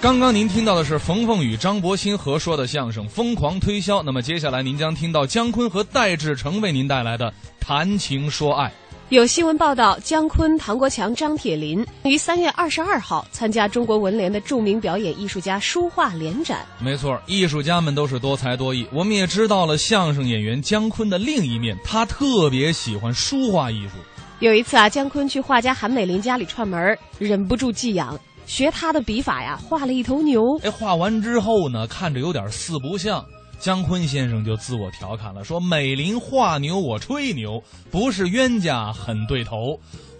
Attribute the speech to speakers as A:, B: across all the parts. A: 刚刚您听到的是冯凤与张博鑫合说的相声《疯狂推销》，那么接下来您将听到姜昆和戴志诚为您带来的《谈情说爱》。
B: 有新闻报道，姜昆、唐国强、张铁林于三月二十二号参加中国文联的著名表演艺术家书画联展。
A: 没错，艺术家们都是多才多艺。我们也知道了相声演员姜昆的另一面，他特别喜欢书画艺术。
B: 有一次啊，姜昆去画家韩美林家里串门，忍不住寄养，学他的笔法呀，画了一头牛。
A: 哎，画完之后呢，看着有点四不像。姜昆先生就自我调侃了，说：“美林画牛，我吹牛，不是冤家很对头。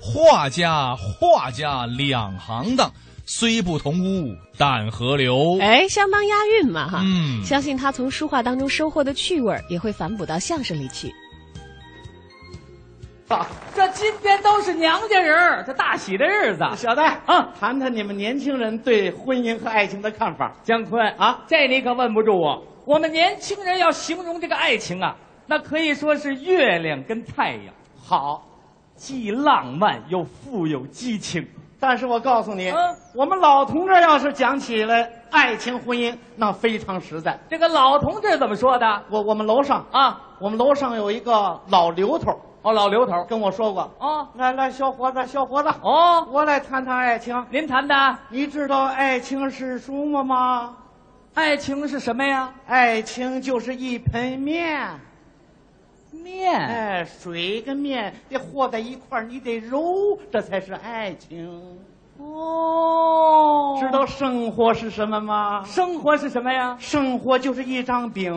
A: 画家画家两行当，虽不同屋，但河流。”
B: 哎，相当押韵嘛哈。
A: 嗯，
B: 相信他从书画当中收获的趣味儿，也会反哺到相声里去。
C: 啊，
D: 这今天都是娘家人儿，这大喜的日子。
C: 小戴，啊
D: 嗯，
C: 谈谈你们年轻人对婚姻和爱情的看法。
D: 姜昆
C: 啊
D: 这你可问不住我。我们年轻人要形容这个爱情啊，那可以说是月亮跟太阳，
C: 好，
D: 既浪漫又富有激情。
C: 但是我告诉你，
D: 嗯
C: 我们老同志要是讲起了爱情婚姻，那非常实在。
D: 这个老同志怎么说的
C: 我我们楼上，
D: 啊？
C: 我们楼上有一个老刘头
D: 哦，老刘头儿。
C: 跟我说过，
D: 哦
C: 来来，小伙子，小伙子，
D: 哦，
C: 我来谈谈爱情。
D: 您谈的
C: 你知道爱情是什么吗？
D: 爱情是什么呀？
C: 爱情就是一盆面，
D: 面。
C: 哎，水跟面得和在一块儿，你得揉，这才是爱情。
D: 哦
C: 知道生活是什么吗？
D: 生活是什么呀？
C: 生活就是一张饼，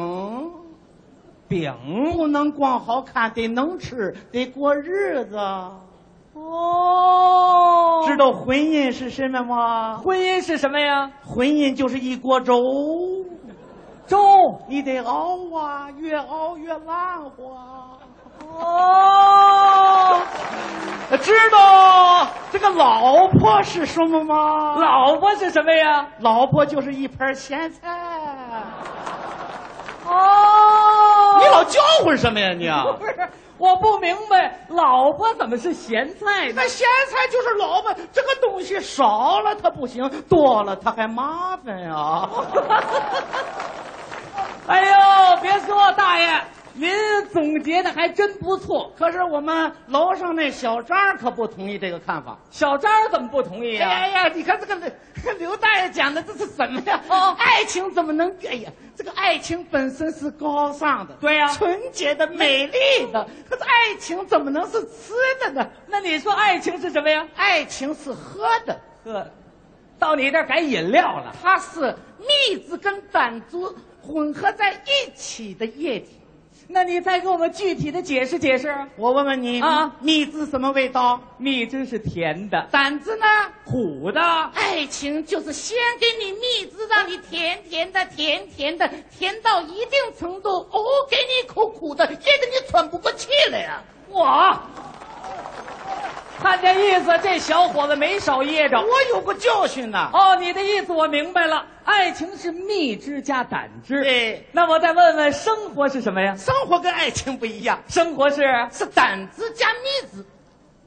D: 饼。
C: 不能光好看，得能吃，得过日子。
D: 哦
C: 知道婚姻是什么吗？
D: 婚姻是什么呀？
C: 婚姻就是一锅粥，
D: 粥。
C: 你得熬啊，越熬越烂乎啊。
D: 哦，
C: 知道这个老婆是什么吗？
D: 老婆是什么呀？
C: 老婆就是一盘咸菜。
D: 哦
C: 你老叫唤什么呀你、啊？
D: 不是，我不明白，老婆怎么是咸菜呢
C: 那？咸菜就是老婆，这个东西少了它不行，多了它还麻烦呀、
D: 哎呦，别说大爷，您总结的还真不错。
C: 可是我们楼上那小张可不同意这个看法。
D: 小张怎么不同意
C: 哎呀
D: 呀？
C: 呀，你看这个 刘刘大爷讲的这是什么呀？
D: 哦
C: 爱情怎么能？哎呀，这个爱情本身是高尚的，
D: 对呀
C: 纯洁的、美丽的。可是爱情怎么能是吃的呢？
D: 那你说爱情是什么呀？
C: 爱情是喝的，
D: 呵，到你这儿改饮料了。
C: 它是蜜汁跟胆汁混合在一起的液体。
D: 那你再给我们具体的解释解释。
C: 我问问你
D: 啊
C: 蜜汁什么味道？
D: 蜜汁是甜的，
C: 胆汁呢？
D: 苦的。
C: 爱情就是先给你蜜汁，让你甜甜的、甜甜的，甜到一定程度，哦，给你苦苦的，也给你喘不过气来呀、
D: 我看这意思，这小伙子没少噎着。
C: 我有个教训呐、
D: 哦，你的意思我明白了，爱情是蜜汁加胆汁。
C: 对
D: 那我再问问，生活是什么呀？
C: 生活跟爱情不一样，
D: 生活是
C: 是胆汁加蜜汁，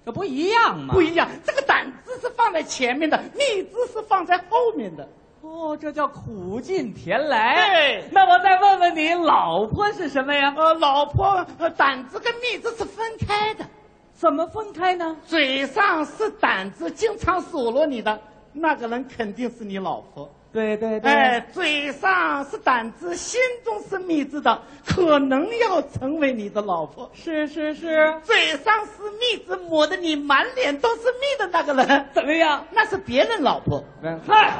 D: 这不一样吗？
C: 不一样。这个胆汁是放在前面的，蜜汁是放在后面的。
D: 哦，这叫苦尽甜来。
C: 对
D: 那我再问问你，老婆是什么呀？
C: 呃，老婆，呃，胆汁跟蜜汁是分开的，
D: 怎么分开呢？
C: 嘴上是胆汁，经常数落你的那个人肯定是你老婆。
D: 对对对，
C: 哎，嘴上是胆子，心中是蜜汁的，可能要成为你的老婆。
D: 是是是，
C: 嘴上是蜜汁，抹的你满脸都是蜜的那个 人，
D: 怎么样？
C: 那是别人老婆。
D: 嗨，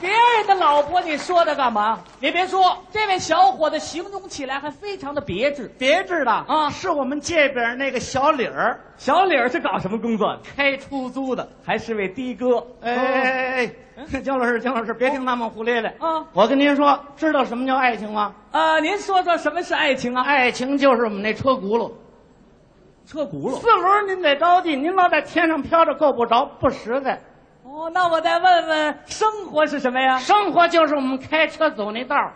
D: 别人的老婆你说他干嘛？你别说，这位小伙子形容起来还非常的别致。
C: 别致的
D: 啊
C: 是我们这边那个小李儿
D: 小李儿是搞什么工作的？
C: 开出租的。
D: 还是位的哥。
C: 哎哎哎哎，姜老师，姜老师，别听他们胡咧咧
D: 啊
C: 我跟您说，知道什么叫爱情吗？
D: 呃，您说说什么是爱情啊？
C: 爱情就是我们那车轱辘，
D: 车轱辘。
C: 四轮您得着地，您老在天上飘着够不着，不实在。
D: 哦，那我再问问，生活是什么
E: 啊
D: 呀？
C: 生活就是我们开车走那道儿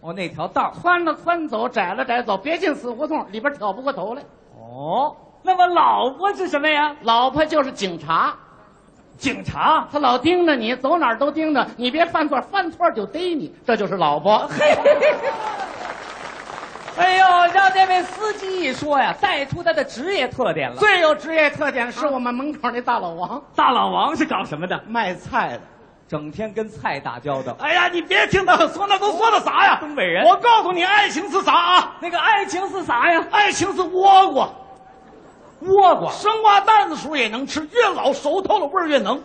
D: 哦，那条道。
C: 宽了宽走，窄了窄走，别进死胡同，里边挑不过头来。
D: 哦，那么老婆是什么呀？
C: 老婆就是警察，
D: 警察，
E: 他老盯着你，走哪儿都盯着你，别犯错，犯错就逮你，这就是老婆。
D: 嘿， 哎呦，让这位司机一说呀，带出他的职业特点了。
E: 最有职业特点
C: 啊
E: 是我们门口那大老王，
D: 大老王是搞什么的？
E: 卖菜的。
D: 整天跟菜打交道。
C: 哎呀，你别听他说那都说的啥呀？
D: 东北人
C: 我告诉你，爱情是啥啊？
D: 那个爱情是啥呀？
C: 爱情是倭瓜，
D: 倭瓜。
C: 生瓜蛋的时候也能吃，越老熟透了味儿越能。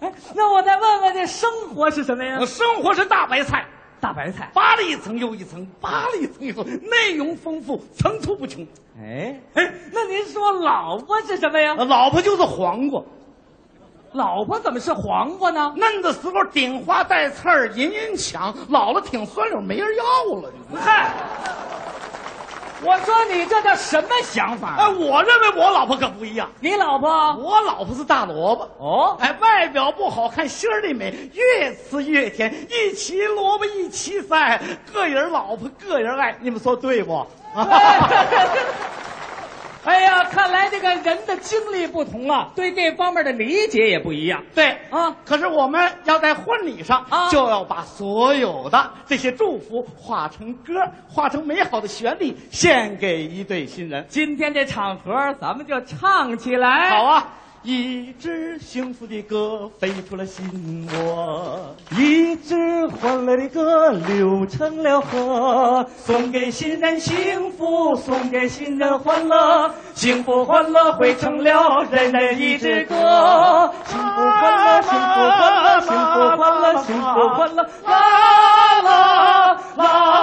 D: 哎，那我再问问，这生活是什么呀？
C: 生活是大白菜，
D: 大白菜。
C: 扒了一层又一层，扒了一层又一层，内容丰富，层出不穷。
D: 哎，那您说老婆是什么呀？
C: 呃老婆就是黄瓜，
D: 老婆怎么是黄瓜呢？
C: 嫩的时候顶花带刺儿，人人抢，老了挺酸溜，没人要了。
D: 嗨，我说你这叫什么想法啊
C: 哎，我认为我老婆可不一样，
D: 你老婆
C: 我老婆是大萝卜。
D: 哦，
C: 哎，外表不好看，心儿里美，越吃越甜。一齐萝卜一齐塞，个人老婆个人爱，你们说对不？
D: 哎呀，看来这个人的经历不同啊，对这方面的理解也不一样。
C: 对
D: 啊
C: 可是我们要在婚礼上，
D: 啊
C: 就要把所有的这些祝福化成歌，化成美好的旋律，献给一对新人。
D: 今天这场合，咱们就唱起来。
C: 好，啊！一支幸福的歌飞出了心窝，一支欢乐的歌流成了河，送给新人幸福，送给新人欢乐，幸福欢乐汇成了人人一支歌，幸福欢乐，幸福欢乐，幸福欢乐，幸福欢乐，啦啦啦啦。